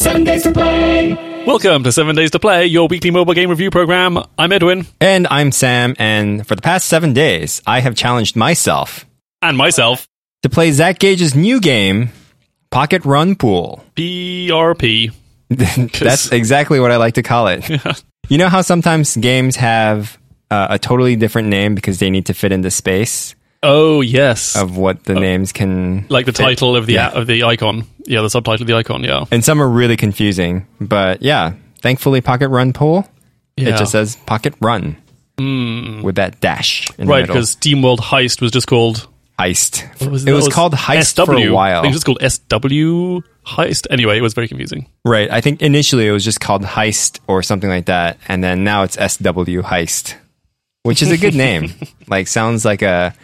Seven Days to Play. Welcome to Seven Days to Play, your weekly mobile game review program. I'm Edwin And I'm Sam, and for the past seven days, I have challenged myself and myself, to play Zach Gage's new game, Pocket Run Pool. PRP. That's exactly what I like to call it. You know how sometimes games have uh, a totally different name because they need to fit into space Oh yes, of what the names Uh, can. like the fit? title of the Yeah. of the icon. Yeah, the subtitle of the icon. Yeah, And some are really confusing, but yeah, thankfully, Pocket Run Pool, Yeah. Hmm. it just says Pocket Run with that dash in right the middle. because Steamworld Heist was just called. Heist. what it that? was, called Heist SW. for a while. I think it was called SW Heist. Anyway, it was very confusing. Right. I think initially it was just called Heist or something like that, and then now it's SW Heist, which is a good name. like sounds like a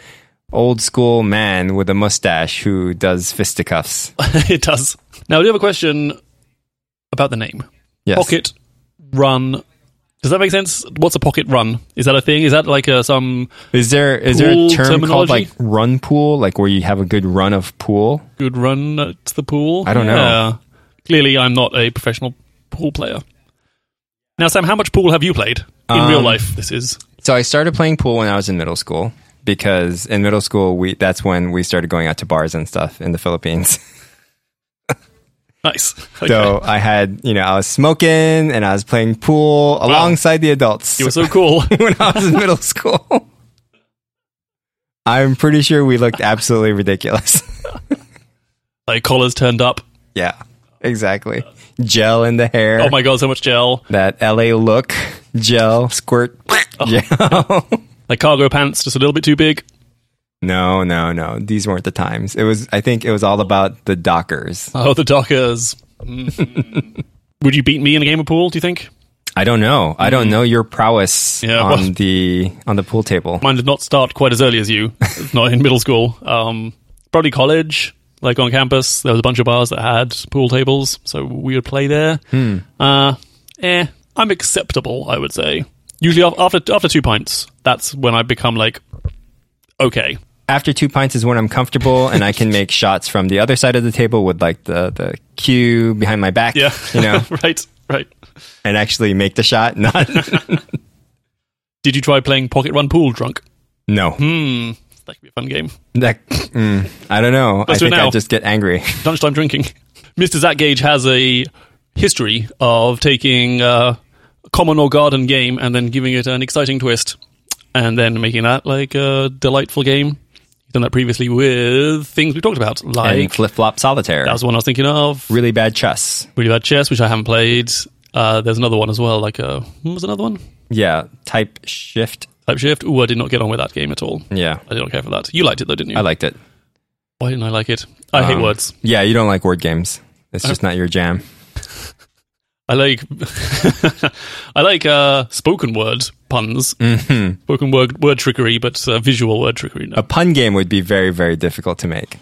old school man with a mustache who does fisticuffs. it does. Now, I do have a question about the name. Yes. Pocket run. Does that make sense? What's a pocket run? Is that a thing? Is that like a, some Is there is there a Pool term called terminology? like run pool, like where you have a good run of pool? good run at the pool? I don't know. Yeah. Clearly, I'm not a professional pool player. Now, Sam, how much pool have you played in real Um, life? This is So I started playing pool when I was in middle school because in middle school we that's when we started going out to bars and stuff in the Philippines. nice. Okay. So I had, you know, I was smoking and I was playing pool alongside the adults. you were so cool. when I was in middle school. I'm pretty sure we looked absolutely ridiculous. like collars turned up. yeah, exactly. Gel in the hair. Oh my god, so much gel. that LA look. Gel, squirt. gel. Like cargo pants, just a little bit too big. no, no, no. These weren't the times. It was, I think it was all about the Dockers. Oh, the Dockers. Mm. Would you beat me in a game of pool? Do you think? I don't know. I don't know your prowess Mm. Yeah, on well- the on the pool table. Mine did not start quite as early as you. It's not in middle school. Um, probably college, like on campus. There was a bunch of bars that had pool tables, so we would play there. Uh, eh, I'm acceptable, I would say. Usually af- after after two pints, that's when I become like, okay, After two pints is when I'm comfortable and I can make shots from the other side of the table with like the the cue behind my back. yeah, You know. right, right. and actually make the shot. Not Did you try playing Pocket Run Pool drunk? no. Hmm, that could be a fun game. That mm, I don't know. Let's I do it think I now. just get angry. lunchtime drinking. Mr. Zach Gage has a history of taking uh, a common or garden game and then giving it an exciting twist and then making that like a delightful game. He's done that previously with things we talked about, and like flip flop solitaire. that was the one I was thinking of. really bad chess. Really Bad Chess, which I haven't played. Uh, there's another one as well, like uh, what was another one? Yeah. Type shift. Type Shift. Ooh, I did not get on with that game at all. Yeah. I did not care for that. You liked it though, didn't you? I liked it. Why didn't I like it? I hate Um, words. Yeah, you don't like word games. It's just not your jam. I like I like uh, spoken word puns, spoken word word trickery, but uh, visual word trickery. No. Mm-hmm. A pun game would be very, very difficult to make.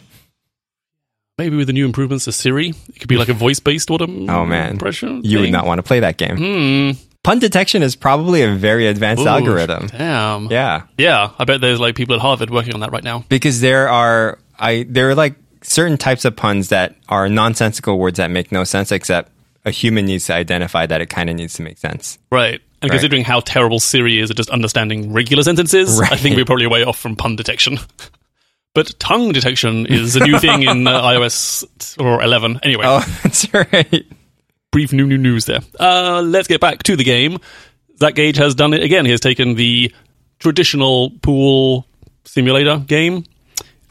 Maybe with the new improvements to Siri, it could be like a voice based autumn. Oh man. impression. You would thing. not want to play that game. Mm. Pun detection is probably a very advanced Ooh, algorithm. Damn. Yeah. Yeah. I bet there's like people at Harvard working on that right now. Because there are I there are like certain types of puns that are nonsensical words that make no sense except a human needs to identify that it kind of needs to make sense. Right. And Right. considering how terrible Siri is at just understanding regular sentences, I think we're probably way off from pun detection. but tongue detection is a new thing in uh, iOS or 11. Anyway. Oh, that's right. brief new new news there. Uh, let's get back to the game. Zach Gage has done it again. He has taken the traditional pool simulator game,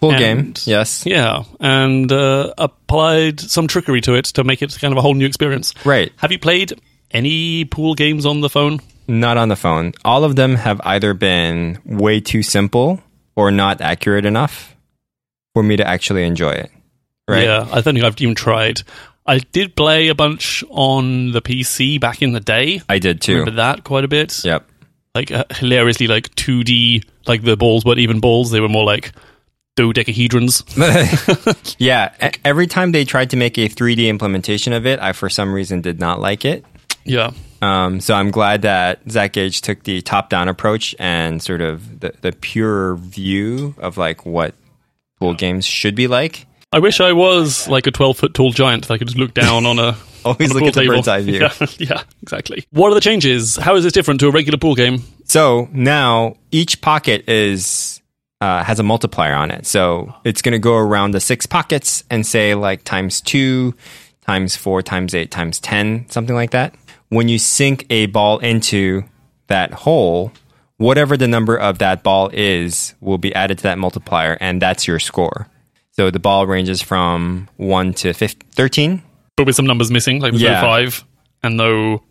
Pool And- game. Yes. yeah, and uh, applied some trickery to it to make it kind of a whole new experience. Right. Have you played any pool games on the phone? Not on the phone. All of them have either been way too simple or not accurate enough for me to actually enjoy it. Right. Yeah, I don't think I've even tried. I did play a bunch on the PC back in the day. I did too. Remember that quite a bit. Yep. like uh, hilariously like 2D like the balls weren't even balls they were more like dodecahedrons yeah. e- Every time they tried to make a 3D implementation of it, I for some reason did not like it. yeah Um, so I'm glad that Zach Gage took the top-down approach and sort of the, the pure view of like what pool games should be like. I wish I was like a 12 foot tall giant that I could just look down on a Always look pool Oh, at the table. bird's eye view. Yeah, yeah, exactly. What are the changes? How is this different to a regular pool game? So now each pocket is uh, has a multiplier on it. So it's going to go around the six pockets and say like times two, times four, times eight, times ten, something like that. When you sink a ball into that hole, whatever the number of that ball is will be added to that multiplier, and that's your score. So the ball ranges from one to 15, thirteen. But with some numbers missing, like there's Yeah. no five and no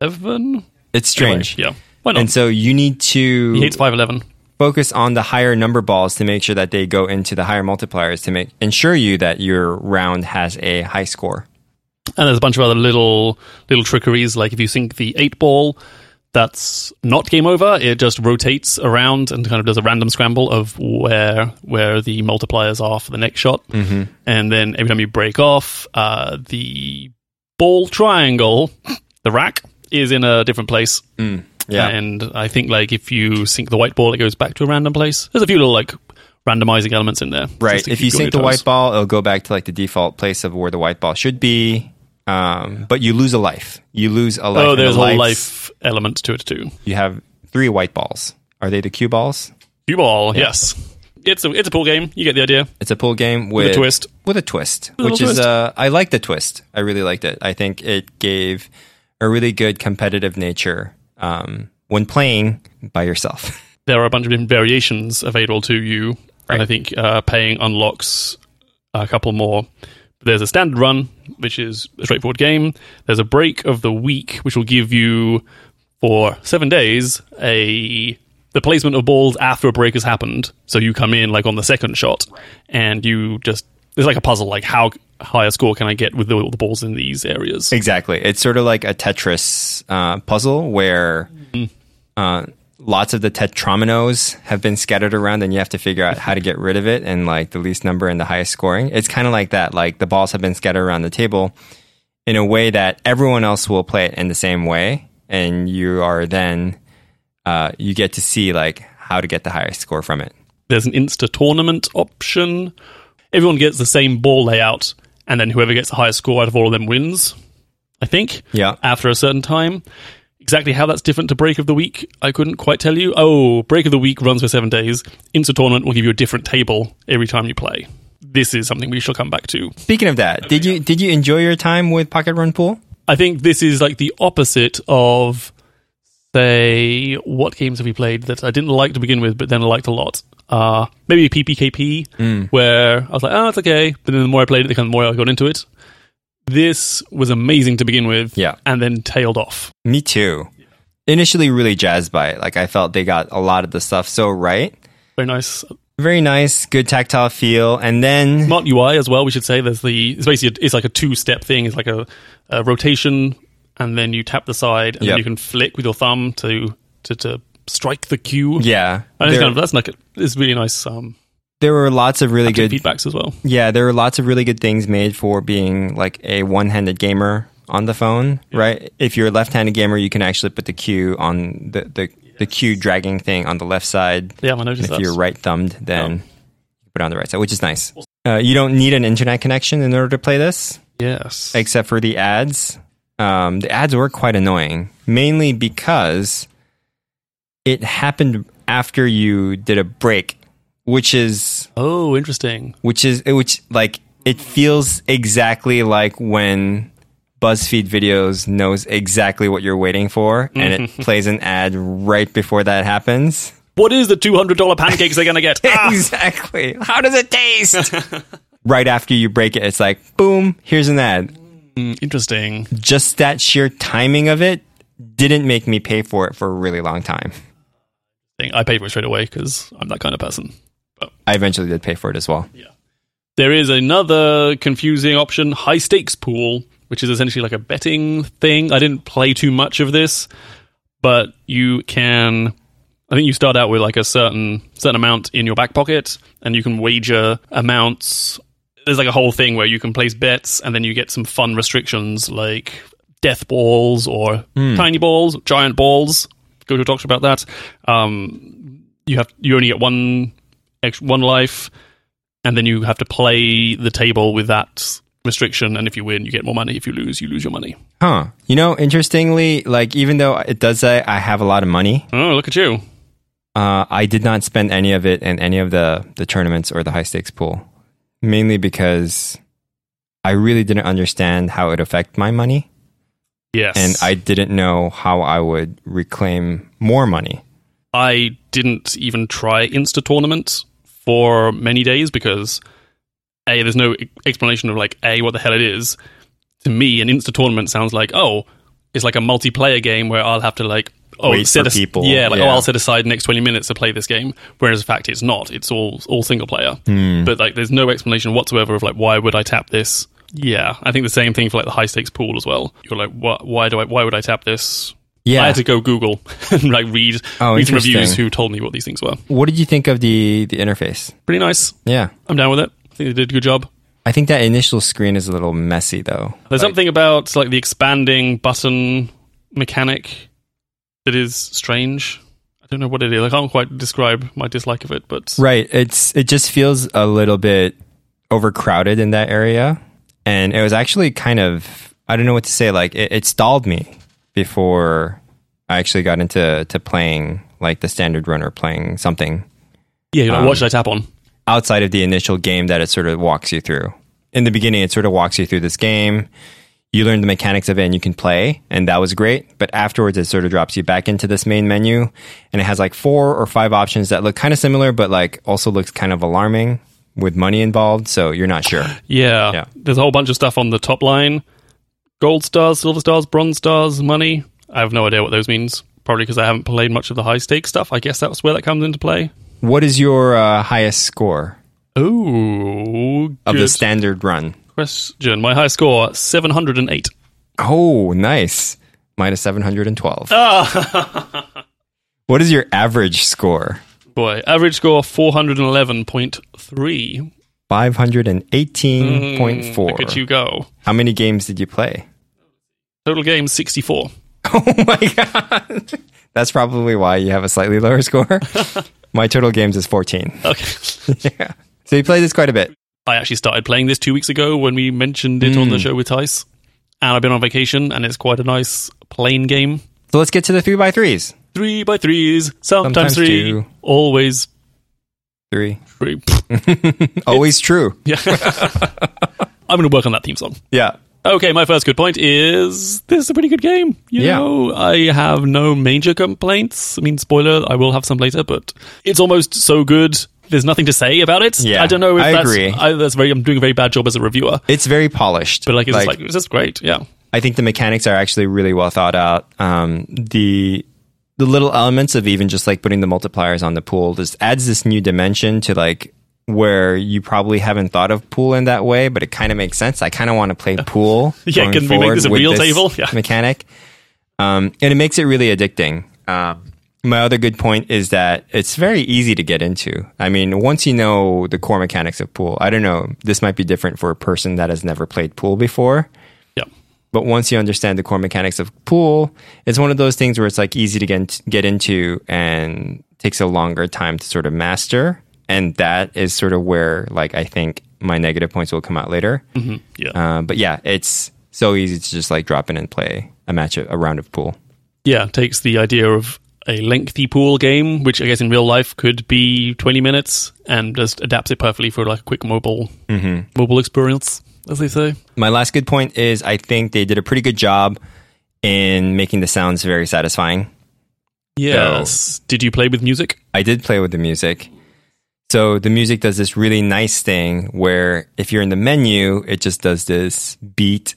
eleven. It's strange. Anyway, yeah. Why not? And so you need to he hates five eleven. focus on the higher number balls to make sure that they go into the higher multipliers to make ensure you that your round has a high score. And there's a bunch of other little little trickeries. Like if you sink the eight ball, that's not game over. It just rotates around and kind of does a random scramble of where where the multipliers are for the next shot. Mm-hmm. And then every time you break off, uh, the ball triangle, the rack, is in a different place. Mm, Yeah. And I think like if you sink the white ball, it goes back to a random place. There's a few little like randomizing elements in there. just right. to If keep you on sink the your white toes. ball, it'll go back to like the default place of where the white ball should be. Um, but you lose a life. You lose a life. oh, And the there's a whole lives- life element to it too. You have three white balls. Are they the cue balls? Cue ball, yes. It's a it's a pool game. You get the idea. It's a pool game with, a twist. With a twist, little which is twist. uh, I like the twist. I really liked it. I think it gave a really good competitive nature um, when playing by yourself. There are a bunch of different variations available to you, and I think uh, paying unlocks a couple more. There's a standard run, which is a straightforward game. There's a break of the week, which will give you for seven days a the placement of balls after a break has happened. So you come in like on the second shot, and you just it's like a puzzle. Like how high a score can I get with the, the balls in these areas? Exactly. It's sort of like a Tetris uh, puzzle where uh, lots of the tetrominoes have been scattered around and you have to figure out how to get rid of it and like the least number and the highest scoring. It's kind of like that. Like the balls have been scattered around the table in a way that everyone else will play it in the same way. And you are then, uh, you get to see like how to get the highest score from it. There's an Insta tournament option. Everyone gets the same ball layout, and then whoever gets the highest score out of all of them wins. I think. Yeah. After a certain time. Exactly how that's different to Break of the Week, I couldn't quite tell you. Oh, Break of the Week runs for seven days. Insta tournament will give you a different table every time you play. This is something we shall come back to. Speaking of that, did you did you enjoy your time with Pocket Run Pool? I think this is like the opposite of, say, what games have we played that I didn't like to begin with, but then I liked a lot. Uh, maybe PPKP, Hmm. where I was like, oh, it's okay. But then the more I played it, the kind of more I got into it. This was amazing to begin with, Yeah. and then tailed off. Me too. Initially, really jazzed by it. Like, I felt they got a lot of the stuff so right. Very nice. Very nice, good tactile feel. And then, Smart UI as well. We should say there's the it's basically it's like a two step thing. It's like a, a rotation, and then you tap the side, and Yep. then you can flick with your thumb to to, to strike the cue. yeah, and it's there, kind of that's like a, it's really nice. Um, there were lots of really good good. feedbacks as well. Yeah, there were lots of really good things made for being like a one-handed gamer on the phone, right? If you're a left-handed gamer, you can actually put the cue on the the, the cue dragging thing on the left side. Yeah, I noticed And if that. you're right thumbed, then you put it on the right side, which is nice. Uh, you don't need an internet connection in order to play this. Yes. except for the ads. Um, the ads were quite annoying, mainly because it happened after you did a break, which is oh, interesting. which is which like it feels exactly like when BuzzFeed videos knows exactly what you're waiting for, and it plays an ad right before that happens. What is the two hundred dollar pancakes they're gonna get? Ah, Exactly. How does it taste? right after you break it, it's like boom. Here's an ad. interesting. just that sheer timing of it didn't make me pay for it for a really long time. I paid for it straight away because I'm that kind of person. I eventually did pay for it as well. There is another confusing option, high stakes pool, which is essentially like a betting thing. I didn't play too much of this, but you can I think you start out with like a certain certain amount in your back pocket and you can wager amounts. There's like a whole thing where you can place bets and then you get some fun restrictions like death balls or tiny balls, giant balls. Go to talks about that. Um, you have you only get one ex- one life and then you have to play the table with that restriction, and if you win, you get more money. If you lose, you lose your money. Huh. You know, interestingly, like even though it does say I have a lot of money, Oh, look at you! uh, I did not spend any of it in any of the the tournaments or the high stakes pool, mainly because I really didn't understand how it affect my money, Yes, and I didn't know how I would reclaim more money. I didn't even try Insta tournament for many days because a there's no e- explanation of like a what the hell it is. To me, an Insta tournament sounds like oh, it's like a multiplayer game where I'll have to like oh Wait set for as- people, yeah like oh yeah. I'll set aside next twenty minutes to play this game. Whereas in fact it's not. It's all all single player. Hmm. But like there's no explanation whatsoever of like why would I tap this. Yeah, I think the same thing for like the high stakes pool as well. You're like, what? Why do I? Why would I tap this? I Yeah. had to go Google and like read, Oh, read some interesting. reviews who told me what these things were. What did you think of the the interface? Pretty nice. Yeah. I'm down with it. I think they did a good job. I think that initial screen is a little messy though. There's Like, something about like the expanding button mechanic that is strange. I don't know what it is. I can't quite describe my dislike of it, but Right. It's it just feels a little bit overcrowded in that area. And it was actually kind of I don't know what to say, like it, it stalled me before I actually got into to playing like the standard runner playing something yeah, you're like, Um, what should I tap on? outside of the initial game that it sort of walks you through. In the beginning it sort of walks you through this game. You learn the mechanics of it and you can play, and that was great. But afterwards it sort of drops you back into this main menu and it has like four or five options that look kind of similar, but like also looks kind of alarming with money involved, so you're not sure. Yeah. Yeah. There's a whole bunch of stuff on the top line gold stars, silver stars, bronze stars, money. I have no idea what those means. Probably because I haven't played much of the high stakes stuff. I guess that's where that comes into play. What is your uh, highest score Oh, good of the standard run? question. My high score, 708. Oh, nice. Minus 712. what is your average score? Boy, average score, 411.3. 518.4. Look at you go. How many games did you play? Total game, 64. Oh my god. That's probably why you have a slightly lower score. my total games is 14. Okay. yeah. So you played this quite a bit. I actually started playing this two weeks ago when we mentioned it Hmm. on the show with Tice. And I've been on vacation, and it's quite a nice plain game. So let's get to the 3 by 3s. Three by threes, sometimes, Sometimes three, two. always 3. three. Always true. Yeah. I'm going to work on that theme song. Yeah. Okay, my first good point is this is a pretty good game. You Yeah. know, I have no major complaints. I mean, spoiler, I will have some later, but it's almost so good. There's nothing to say about it. Yeah, I don't know if I that's, agree. I, that's very. I'm doing a very bad job as a reviewer, It's very polished. but like, it's just like it's just great. Yeah, I think the mechanics are actually really well thought out. Um, the the little elements of even just like putting the multipliers on the pool just adds this new dimension to like where you probably haven't thought of pool in that way, but it kind of makes sense. I kind of want to play pool. Yeah, going can we make forward this a with real table? Yeah. mechanic, um, and it makes it really addicting. Um, my other good point is that it's very easy to get into. I mean, once you know the core mechanics of pool, I don't know. This might be different for a person that has never played pool before. yeah. But once you understand the core mechanics of pool, it's one of those things where it's like easy to get get into and takes a longer time to sort of master. And that is sort of where like I think my negative points will come out later. Yeah. Uh, but yeah, it's so easy to just like drop in and play a match of, a round of pool. yeah, takes the idea of a lengthy pool game, which I guess in real life could be 20 minutes, and just adapts it perfectly for like a quick mobile Mm-hmm. mobile experience, as they say. My last good point is I think they did a pretty good job in making the sounds very satisfying. Yes. Did you play with music? I did play with the music. So the music does this really nice thing where if you're in the menu, it just does this beat,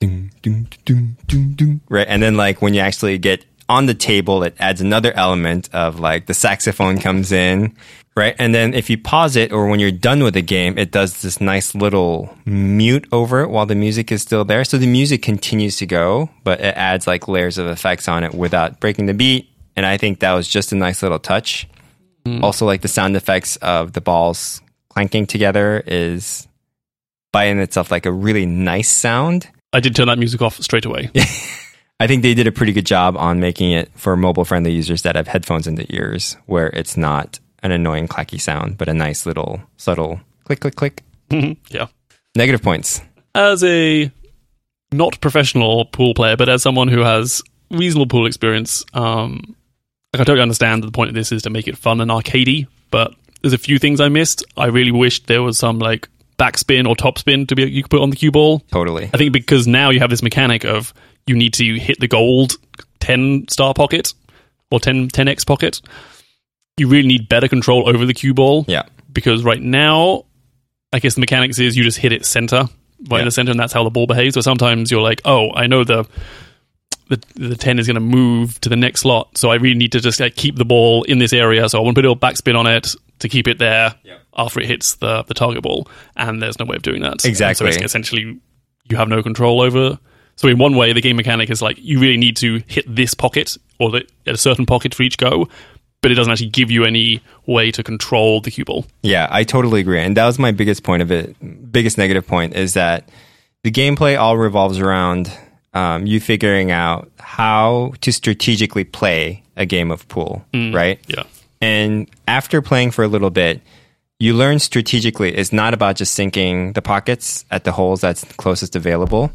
dun, dun, dun, dun, dun, right? And then like when you actually get on the table, it adds another element of like the saxophone comes in, right? And then if you pause it or when you're done with the game, it does this nice little mute over it while the music is still there. So the music continues to go, but it adds like layers of effects on it without breaking the beat. And I think that was just a nice little touch also like the sound effects of the balls clanking together is by in itself like a really nice sound I did turn that music off straight away. i think they did a pretty good job on making it for mobile friendly users that have headphones in the ears where it's not an annoying clacky sound but a nice little subtle click click click yeah. negative points as a not professional pool player, but as someone who has reasonable pool experience, um, like I totally understand that the point of this is to make it fun and arcadey. But there's a few things I missed. I really wished there was some like backspin or topspin to be you could put on the cue ball. Totally. I think because now you have this mechanic of you need to hit the gold 10 star pocket or 10 10x pocket. You really need better control over the cue ball Yeah. because right now, I guess the mechanics is you just hit it center, right in Yeah. the center, and that's how the ball behaves. So sometimes you're like, oh, I know the the, the ten is going to move to the next slot, so I really need to just like keep the ball in this area. So I want to put a little backspin on it to keep it there after it hits the the target ball, and there's no way of doing that. And Exactly. So it's essentially, you have no control over. So in one way, the game mechanic is like you really need to hit this pocket or the, at a certain pocket for each go. But it doesn't actually give you any way to control the cue ball. Yeah, I totally agree. And that was my biggest point of it. Biggest negative point is that the gameplay all revolves around um, you figuring out how to strategically play a game of pool, right? Yeah. And after playing for a little bit, you learn strategically it's not about just sinking the pockets at the holes that's closest available.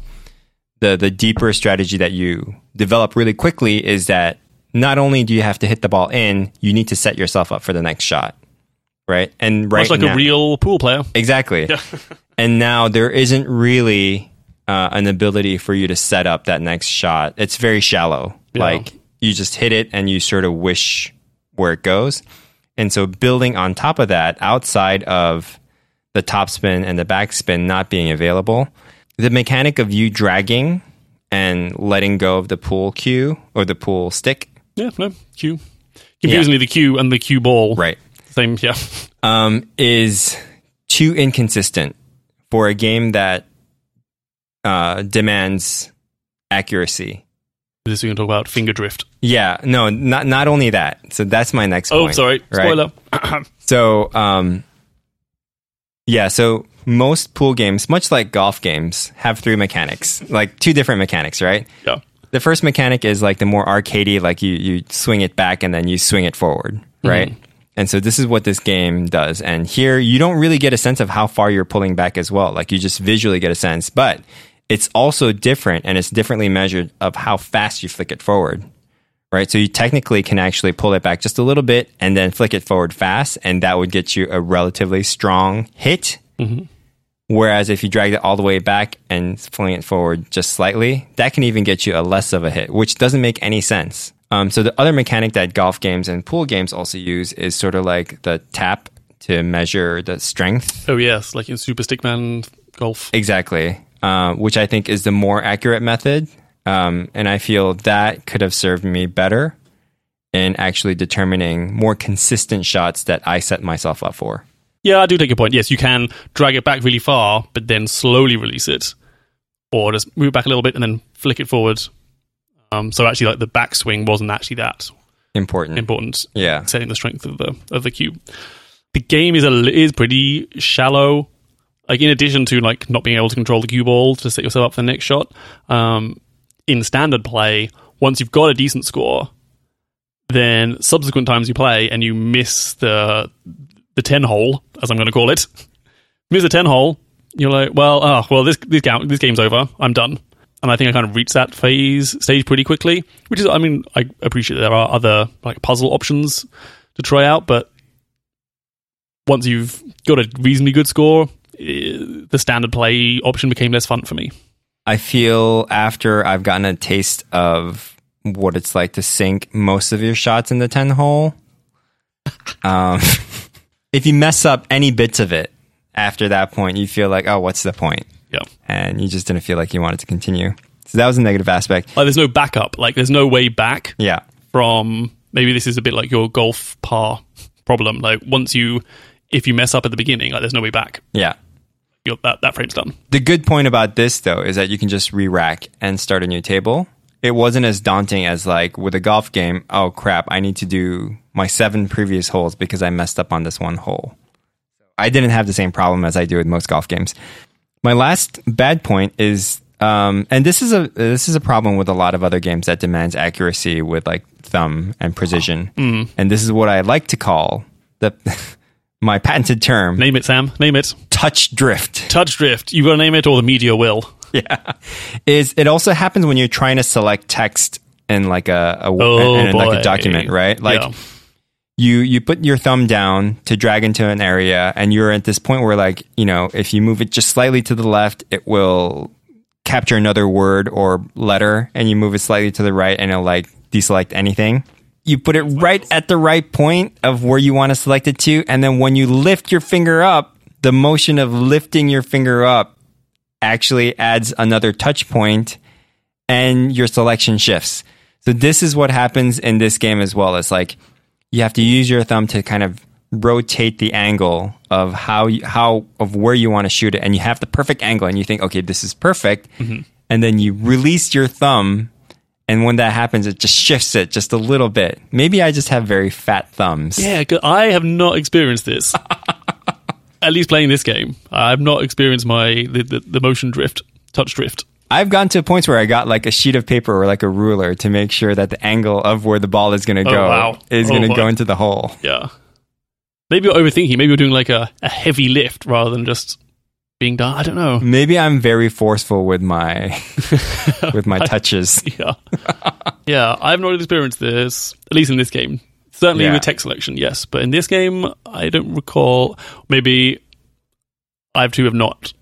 The the deeper strategy that you develop really quickly is that not only do you have to hit the ball in, you need to set yourself up for the next shot. Right? And right Much like now, a real pool player. Exactly. and now there isn't really uh, an ability for you to set up that next shot. It's very shallow. Like you just hit it and you sort of wish where it goes. And so building on top of that, outside of the topspin and the backspin not being available, the mechanic of you dragging and letting go of the pool cue or the pool stick. Yeah, no, cue. Confusingly, the cue and the cue ball. Right. Same, yeah. um, is too inconsistent for a game that uh, demands accuracy. This we're going to talk about finger drift. Yeah, no, not not only that. So that's my next Oh, point. sorry. right? Spoiler. So, um, yeah, so most pool games, much like golf games, have three mechanics, like two different mechanics, right? yeah. the first mechanic is like the more arcadey, like you you swing it back and then you swing it forward, right? And so this is what this game does. And here you don't really get a sense of how far you're pulling back as well. Like you just visually get a sense, but it's also different and it's differently measured of how fast you flick it forward. Right? So you technically can actually pull it back just a little bit and then flick it forward fast and that would get you a relatively strong hit Whereas if you drag it all the way back and fling it forward just slightly, that can even get you a less of a hit, which doesn't make any sense. Um, so the other mechanic that golf games and pool games also use is sort of like the tap to measure the strength. Oh, yes. Like in Super Stickman Golf. Exactly, uh, which I think is the more accurate method. Um, and I feel that could have served me better in actually determining more consistent shots that I set myself up for. Yeah, I do take your point. Yes, you can drag it back really far, but then slowly release it. Or just move back a little bit and then flick it forward. Um, so actually, like the backswing wasn't actually that Important. important. yeah. setting the strength of the of the cube. The game is a li- is pretty shallow. Like in addition to like not being able to control the cue ball to set yourself up for the next shot, um, in standard play, once you've got a decent score, then subsequent times you play and you miss the the ten hole, as I'm going to call it, miss the ten hole, you're like, well, oh, well, this this game this game's over. I'm done. And I think I kind of reached that phase stage pretty quickly, which is, I mean, I appreciate there are other like puzzle options to try out, but once you've got a reasonably good score, eh, the standard play option became less fun for me. I feel after I've gotten a taste of what it's like to sink most of your shots in the 10 hole. Um, if you mess up any bits of it after that point, you feel like, oh, what's the point? Yeah, And you just didn't feel like you wanted to continue. So that was a negative aspect. like there's no backup, like there's no way back Yeah. from maybe this is a bit like your golf par problem. Like once you, if you mess up at the beginning, like there's no way back. Yeah. You're, that that frame's done. The good point about this, though, is that you can just re rack and start a new table. It wasn't as daunting as, like, with a golf game, oh, crap, I need to do my seven previous holes because I messed up on this one hole. I didn't have the same problem as I do with most golf games. My last bad point is, um, and this is a this is a problem with a lot of other games that demands accuracy with like thumb and precision. And this is what I like to call the my patented term, Name it, Sam. Name it. touch drift. Touch drift. You gotta name it, or the media will. yeah, is it also happens when you're trying to select text in like a, a Oh in like boy. a document, right? Like Yeah. you you put your thumb down to drag into an area, and you're at this point where like you know if you move it just slightly to the left, it will capture another word or letter, and you move it slightly to the right, and it'll like deselect anything. You put it right at the right point of where you want to select it to, and then when you lift your finger up, the motion of lifting your finger up actually adds another touch point and your selection shifts. So this is what happens in this game as well. It's like you have to use your thumb to kind of rotate the angle of how you, how of where you want to shoot it and you have the perfect angle and you think okay this is perfect and then you release your thumb and when that happens it just shifts it just a little bit. Maybe I just have very fat thumbs. Yeah, 'cause I have not experienced this. At least playing this game, I've not experienced my the, the, the motion drift, touch drift. I've gotten to points where I got like a sheet of paper or like a ruler to make sure that the angle of where the ball is going to go wow. is Oh, going to boy. go into the hole. Yeah. Maybe you're overthinking. Maybe you're doing like a, a heavy lift rather than just being done. I don't know. Maybe I'm very forceful with my with my touches. Yeah. yeah, I've not experienced this, at least in this game. Certainly Yeah. with text selection, yes. But in this game, I don't recall. Maybe I too have not.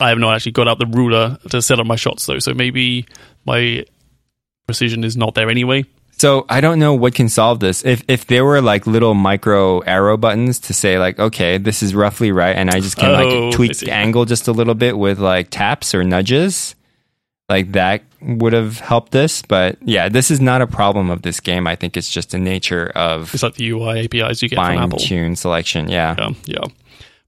I have not actually got out the ruler to set up my shots, though. So maybe my precision is not there anyway. So I don't know what can solve this. If if there were like little micro arrow buttons to say like, okay, this is roughly right, and I just can Oh, like I tweak see. the angle just a little bit with like taps or nudges, like that would have helped this. But yeah, this is not a problem of this game. I think it's just the nature of It's like the UI APIs you get from fine Apple. tune selection. Yeah. Yeah, Um, yeah.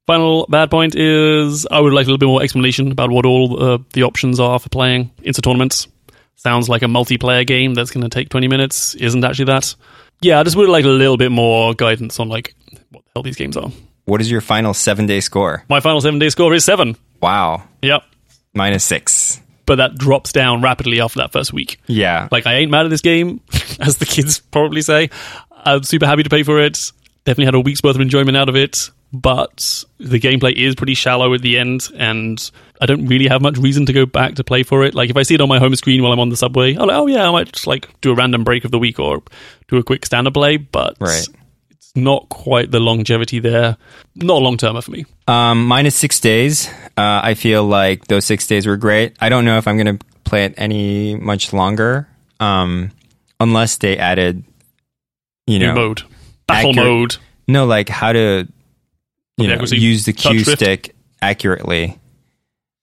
Final bad point is I would like a little bit more explanation about what all uh, the options are for playing Insta tournaments. Sounds like a multiplayer game that's going to take 20 minutes. Isn't actually that. Yeah, I just would like a little bit more guidance on like what the hell these games are. What is your final seven day score? My final seven day score is seven. Wow, Yep. minus six. But that drops down rapidly after that first week. Yeah, Like, I ain't mad at this game, as the kids probably say. I'm super happy to pay for it. Definitely had a week's worth of enjoyment out of it, but the gameplay is pretty shallow at the end, and I don't really have much reason to go back to play for it. Like, if I see it on my home screen while I'm on the subway, I'm like, oh yeah, I might just like do a random break of the week or do a quick stand up play, but Right. it's not quite the longevity there. Not a long termer for me. Um, minus six days. Uh, I feel like those six days were great. I don't know if I'm going to play it any much longer, um, unless they added, you New know, mode, battle Accurate- mode. no, like how to, you know, accuracy, use the touch Q drift. stick accurately,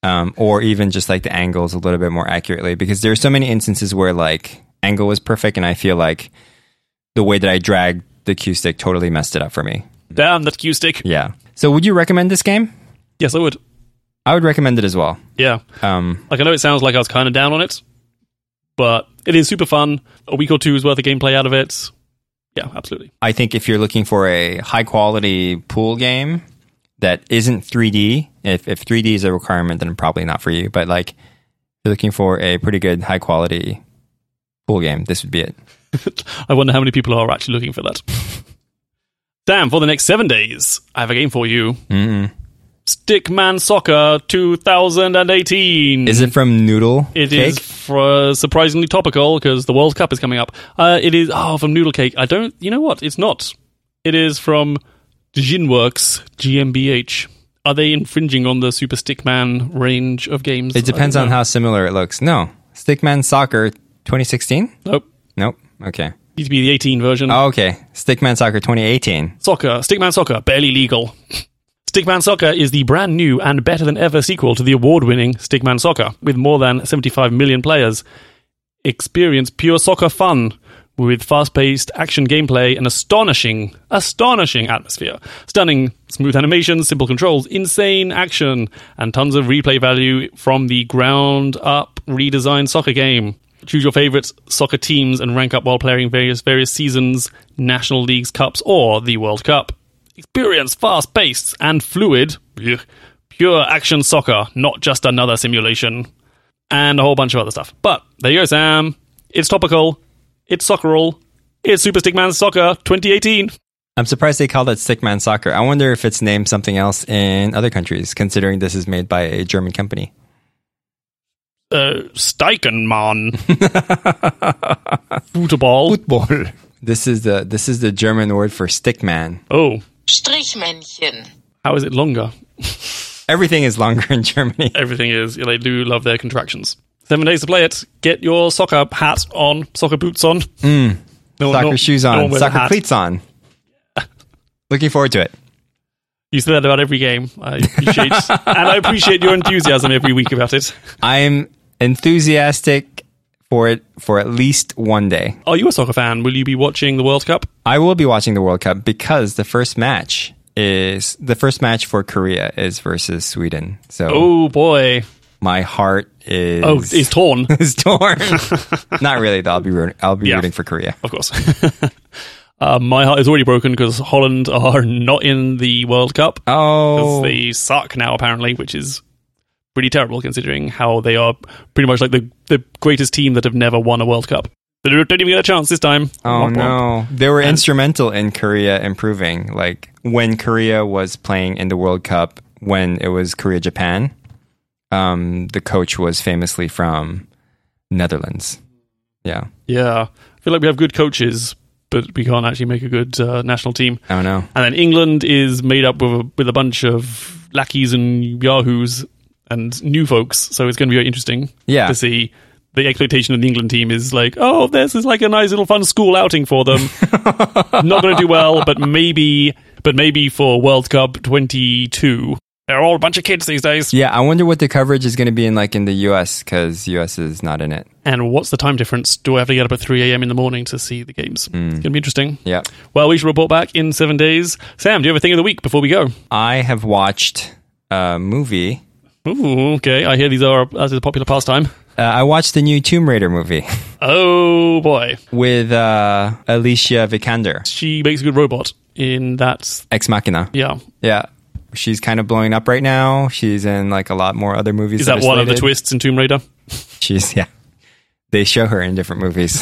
um, or even just like the angles a little bit more accurately, because there are so many instances where like angle was perfect, and I feel like the way that I dragged the Q stick totally messed it up for me. Damn that Q stick. Yeah. So, would you recommend this game? Yes, I would. I would recommend it as well. Yeah. Um, Like I know it sounds like I was kind of down on it, but it is super fun. A week or two's worth of gameplay out of it. Yeah, absolutely. I think if you're looking for a high quality pool game that isn't 3D, if, if 3D is a requirement, then probably not for you. But like, if you're looking for a pretty good high quality pool game, this would be it. I wonder how many people are actually looking for that. Damn, for the next seven days, I have a game for you. Mm-mm. Stickman Soccer 2018. Is it from Noodle? It Cake? is fr- surprisingly topical because the World Cup is coming up. Uh, it is oh from Noodle Cake. I don't. You know what? It's not. It is from Ginworks GmbH. Are they infringing on the Super Stickman range of games? It depends on how similar it looks. No. Stickman Soccer 2016? Nope. Nope. Okay. Needs to be the 18 version. Oh, okay. Stickman Soccer 2018. Soccer, Stickman Soccer, barely legal. Stickman Soccer is the brand new and better than ever sequel to the award winning Stickman Soccer, with more than 75 million players. Experience pure soccer fun with fast paced action gameplay and astonishing, astonishing atmosphere. Stunning, smooth animations, simple controls, insane action, and tons of replay value from the ground up redesigned soccer game. Choose your favorite soccer teams and rank up while playing various various seasons, national leagues, cups, or the World Cup. Experience fast paced and fluid, blech, pure action soccer, not just another simulation and a whole bunch of other stuff. But there you go, Sam. It's topical. It's socceral. It's Super Stickman Soccer 2018. I'm surprised they called it Stick Man Soccer. I wonder if it's named something else in other countries, considering this is made by a German company. Uh, Steichenmann. Football. Football. This is the this is the German word for stick man. Oh, Strichmännchen. how is it longer? Everything is longer in Germany. Everything is. Yeah, they do love their contractions. Seven days to play it. Get your soccer hat on, soccer boots on. No, one- Soccer no- shoes no on, one wears a soccer hat. cleats on. Looking forward to it. You say that about every game. I appreciate, and I appreciate your enthusiasm every week about it. I'm enthusiastic for it for at least one day. Are you a soccer fan? Will you be watching the World Cup? I will be watching the World Cup because the first match is the first match for Korea is versus Sweden. So Oh boy! my heart is Oh, it's torn. is torn. Not really. Though. I'll be rooting, I'll be Yeah. rooting for Korea. of course. uh, my heart is already broken because Holland are not in the World Cup. 'Cause Oh, They suck now, apparently, which is pretty terrible considering how they are pretty much like the, the greatest team that have never won a World Cup. They don't even get a chance this time. oh Womp womp. no! They were instrumental in Korea improving. Like when Korea was playing in the World Cup, when it was Korea Japan, um, the coach was famously from Netherlands. Yeah, Yeah. I feel like we have good coaches, but we can't actually make a good uh, national team. I don't know. And then England is made up with a, with a bunch of lackeys and yahoos and new folks, so it's going to be very interesting Yeah. to see. The expectation of the England team is like, oh, this is like a nice little fun school outing for them. Not going to do well, but maybe, but maybe for World Cup 22, they're all a bunch of kids these days. Yeah, I wonder what the coverage is going to be in like in the U.S. because U.S. is not in it. And what's the time difference? Do I have to get up at 3 a.m. in the morning to see the games? It's going to be interesting. Hmm. Yeah, Well, we shall report back in seven days. Sam, do you have a thing of the week before we go? I have watched a movie. Ooh, okay. I hear these are as is a popular pastime. Uh, I watched the new Tomb Raider movie Oh boy, with uh, Alicia Vikander, she makes a good robot in that. Ex Machina. Yeah, Yeah, she's kind of blowing up right now. She's in like a lot more other movies. is that are one of the slated. twists in Tomb Raider? She's yeah. They show her in different movies,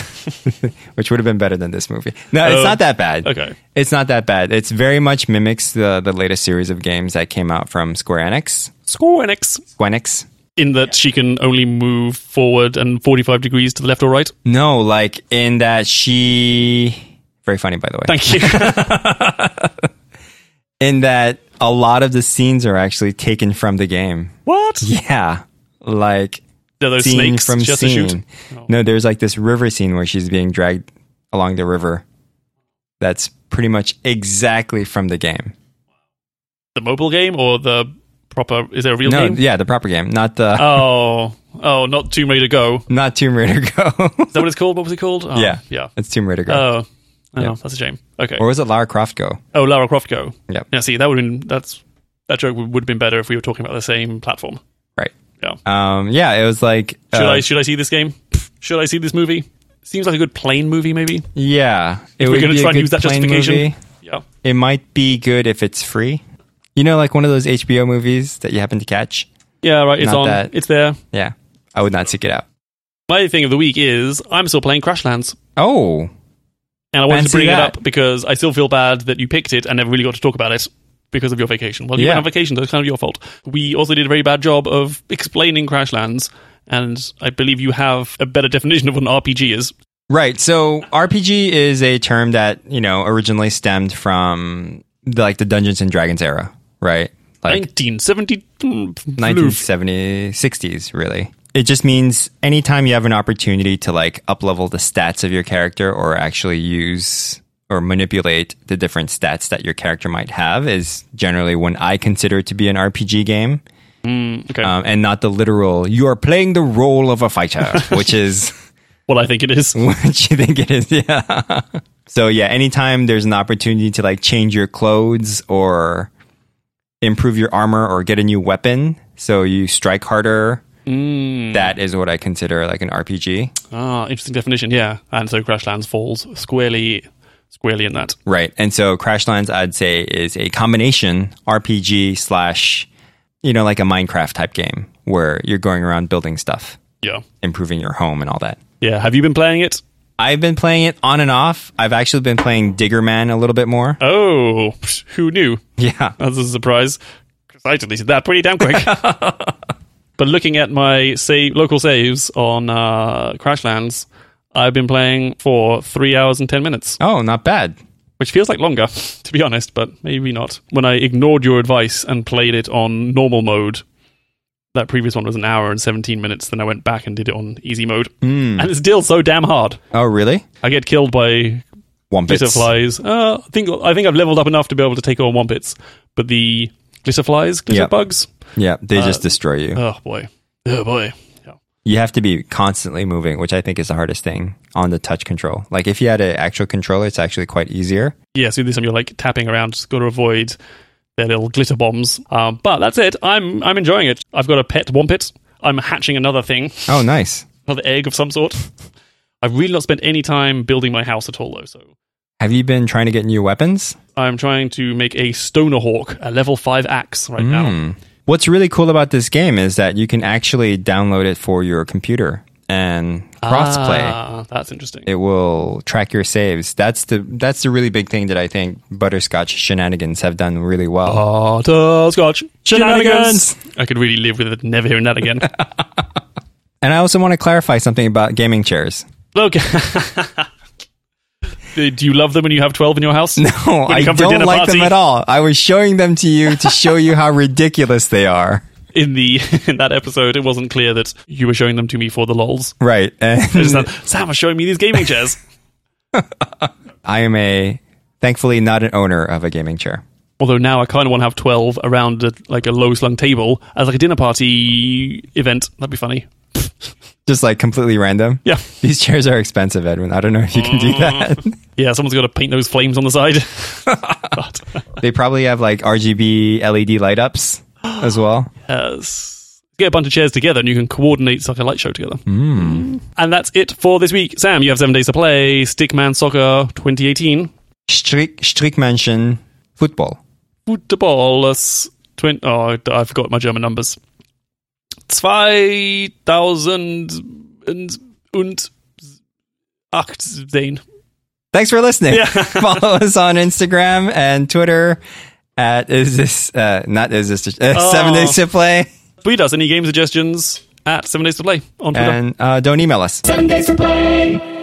which would have been better than this movie. No, it's Oh, not that bad. okay. it's not that bad. It's very much mimics the the latest series of games that came out from Square Enix. Score Enix Square Enix. in that she can only move forward and forty-five degrees to the left or right. No, like in that she. Very funny, by the way. Thank you. in that a lot of the scenes are actually taken from the game. what? Yeah, like Are those scene snakes from she has to scene. shoot? Oh. No, there's like this river scene where she's being dragged along the river. That's pretty much exactly from the game. The mobile game or the proper? Is there a real No, game? yeah, the proper game, not the Oh, oh, not Tomb Raider Go. Is not Tomb Raider Go. that what it's called? What was it called? Oh, yeah, yeah. it's Tomb Raider Go, Oh, oh, that's a shame. Okay. or was it Lara Croft Go? Oh, Lara Croft Go. Yeah, Yeah, see, that would have been that's that joke would would have been better if we were talking about the same platform. right. Yeah. Um, yeah, it was like Should uh, I should I see this game? Should I see this movie? Seems like a good plane movie, maybe. yeah. It we're would gonna be a try and good use that plane justification. movie. Yeah. It might be good if it's free. You know, like one of those HBO movies that you happen to catch. Yeah, right. It's Not on. that. It's there. Yeah, I would not seek it out. My thing of the week is I'm still playing Crashlands, Oh, and I wanted Fancy to bring that. it up because I still feel bad that you picked it and never really got to talk about it because of your vacation. Well, you Yeah. went on vacation, so it's kind of your fault. We also did a very bad job of explaining Crashlands, and I believe you have a better definition of what an RPG is. Right. So RPG is a term that, you know, originally stemmed from the, like the Dungeons and Dragons era, right? Like 1970. Floof. 1970s, 60s, really. It just means anytime you have an opportunity to like up level the stats of your character or actually use or manipulate the different stats that your character might have is generally when I consider it to be an RPG game Okay. um, and not the literal, you are playing the role of a fighter, which is well, I think it Mm. is. what you think it is. Yeah. So yeah, anytime there's an opportunity to like change your clothes or improve your armor or get a new weapon, so you strike harder. That is what I consider like an RPG, Ah, interesting definition. Yeah, and so Crashlands falls squarely, squarely in that. right? And so Crashlands, I'd say, is a combination RPG slash, you know, like a Minecraft type game where you're going around building stuff, Yeah, improving your home, and all that. yeah. Have you been playing it? I've been playing it on and off. I've actually been playing Digger Man a little bit more. Oh, psh, who knew? Yeah. That's a surprise. 'Cause I deleted that pretty damn quick. but looking at my save, local saves on uh, Crashlands, I've been playing for three hours and ten minutes, Oh, not bad. which feels like longer, to be honest, but maybe not. When I ignored your advice and played it on normal mode, that previous one was an hour and 17 minutes. Then I went back and did it on easy mode. And it's still so damn hard. Oh, really? I get killed by One glitterflies. Uh, I think I think I've leveled up enough to be able to take on wampits, but the glitterflies, glitter Yeah. bugs. Yeah, they just destroy you. Oh boy, oh boy. Yeah. you have to be constantly moving, which I think is the hardest thing on the touch control. Like if you had an actual controller, it's actually quite easier. yeah, so this time you're like tapping around, just got to avoid their little glitter bombs. Um, but that's it. I'm I'm enjoying it. I've got a pet wampit. I'm hatching another thing, Oh, nice. another egg of some sort. I've really not spent any time building my house at all, though. So Have you been trying to get new weapons? I'm trying to make a stoner hawk, a level five axe right now. What's really cool about this game is that you can actually download it for your computer and crossplay. Ah, that's interesting. It will track your saves. That's the that's the really big thing that I think Butterscotch Shenanigans have done really Uh-huh. well. Butterscotch Shenanigans. I could really live with it never hearing that again. And I also want to clarify something about gaming chairs. Look. Do do you love them when you have 12 in your house? No, Oh, I don't like them at all. I was showing them to you to show you how ridiculous they are. In the in that episode, it wasn't clear that you were showing them to me for the lols. Right. I And just thought, Sam was showing me these gaming chairs. I am a thankfully not an owner of a gaming chair. Although now I kind of want to have 12 around a, like a low slung table as like a dinner party event. That'd be funny. Just like completely random. Yeah. Mm. These chairs are expensive, Edwin. I don't know if you can do that. Yeah, someone's got to paint those flames on the side. but, they probably have like RGB LED light ups E as well. uh, s- get a bunch of chairs together and you can coordinate like a light show together. And that's it for this week. Sam, you have seven days to play Stickman Soccer 2018. Strick Strickmansion football. Football is twin. Oh, I- I forgot my German numbers. 2000 and, und acht sehen. Thanks for listening. Yeah. Follow us on Instagram and Twitter at is this uh, not is this uh, Oh. seven days to play Tweet us any game suggestions at seven days to play on Twitter. and uh, don't email us. Seven days to play.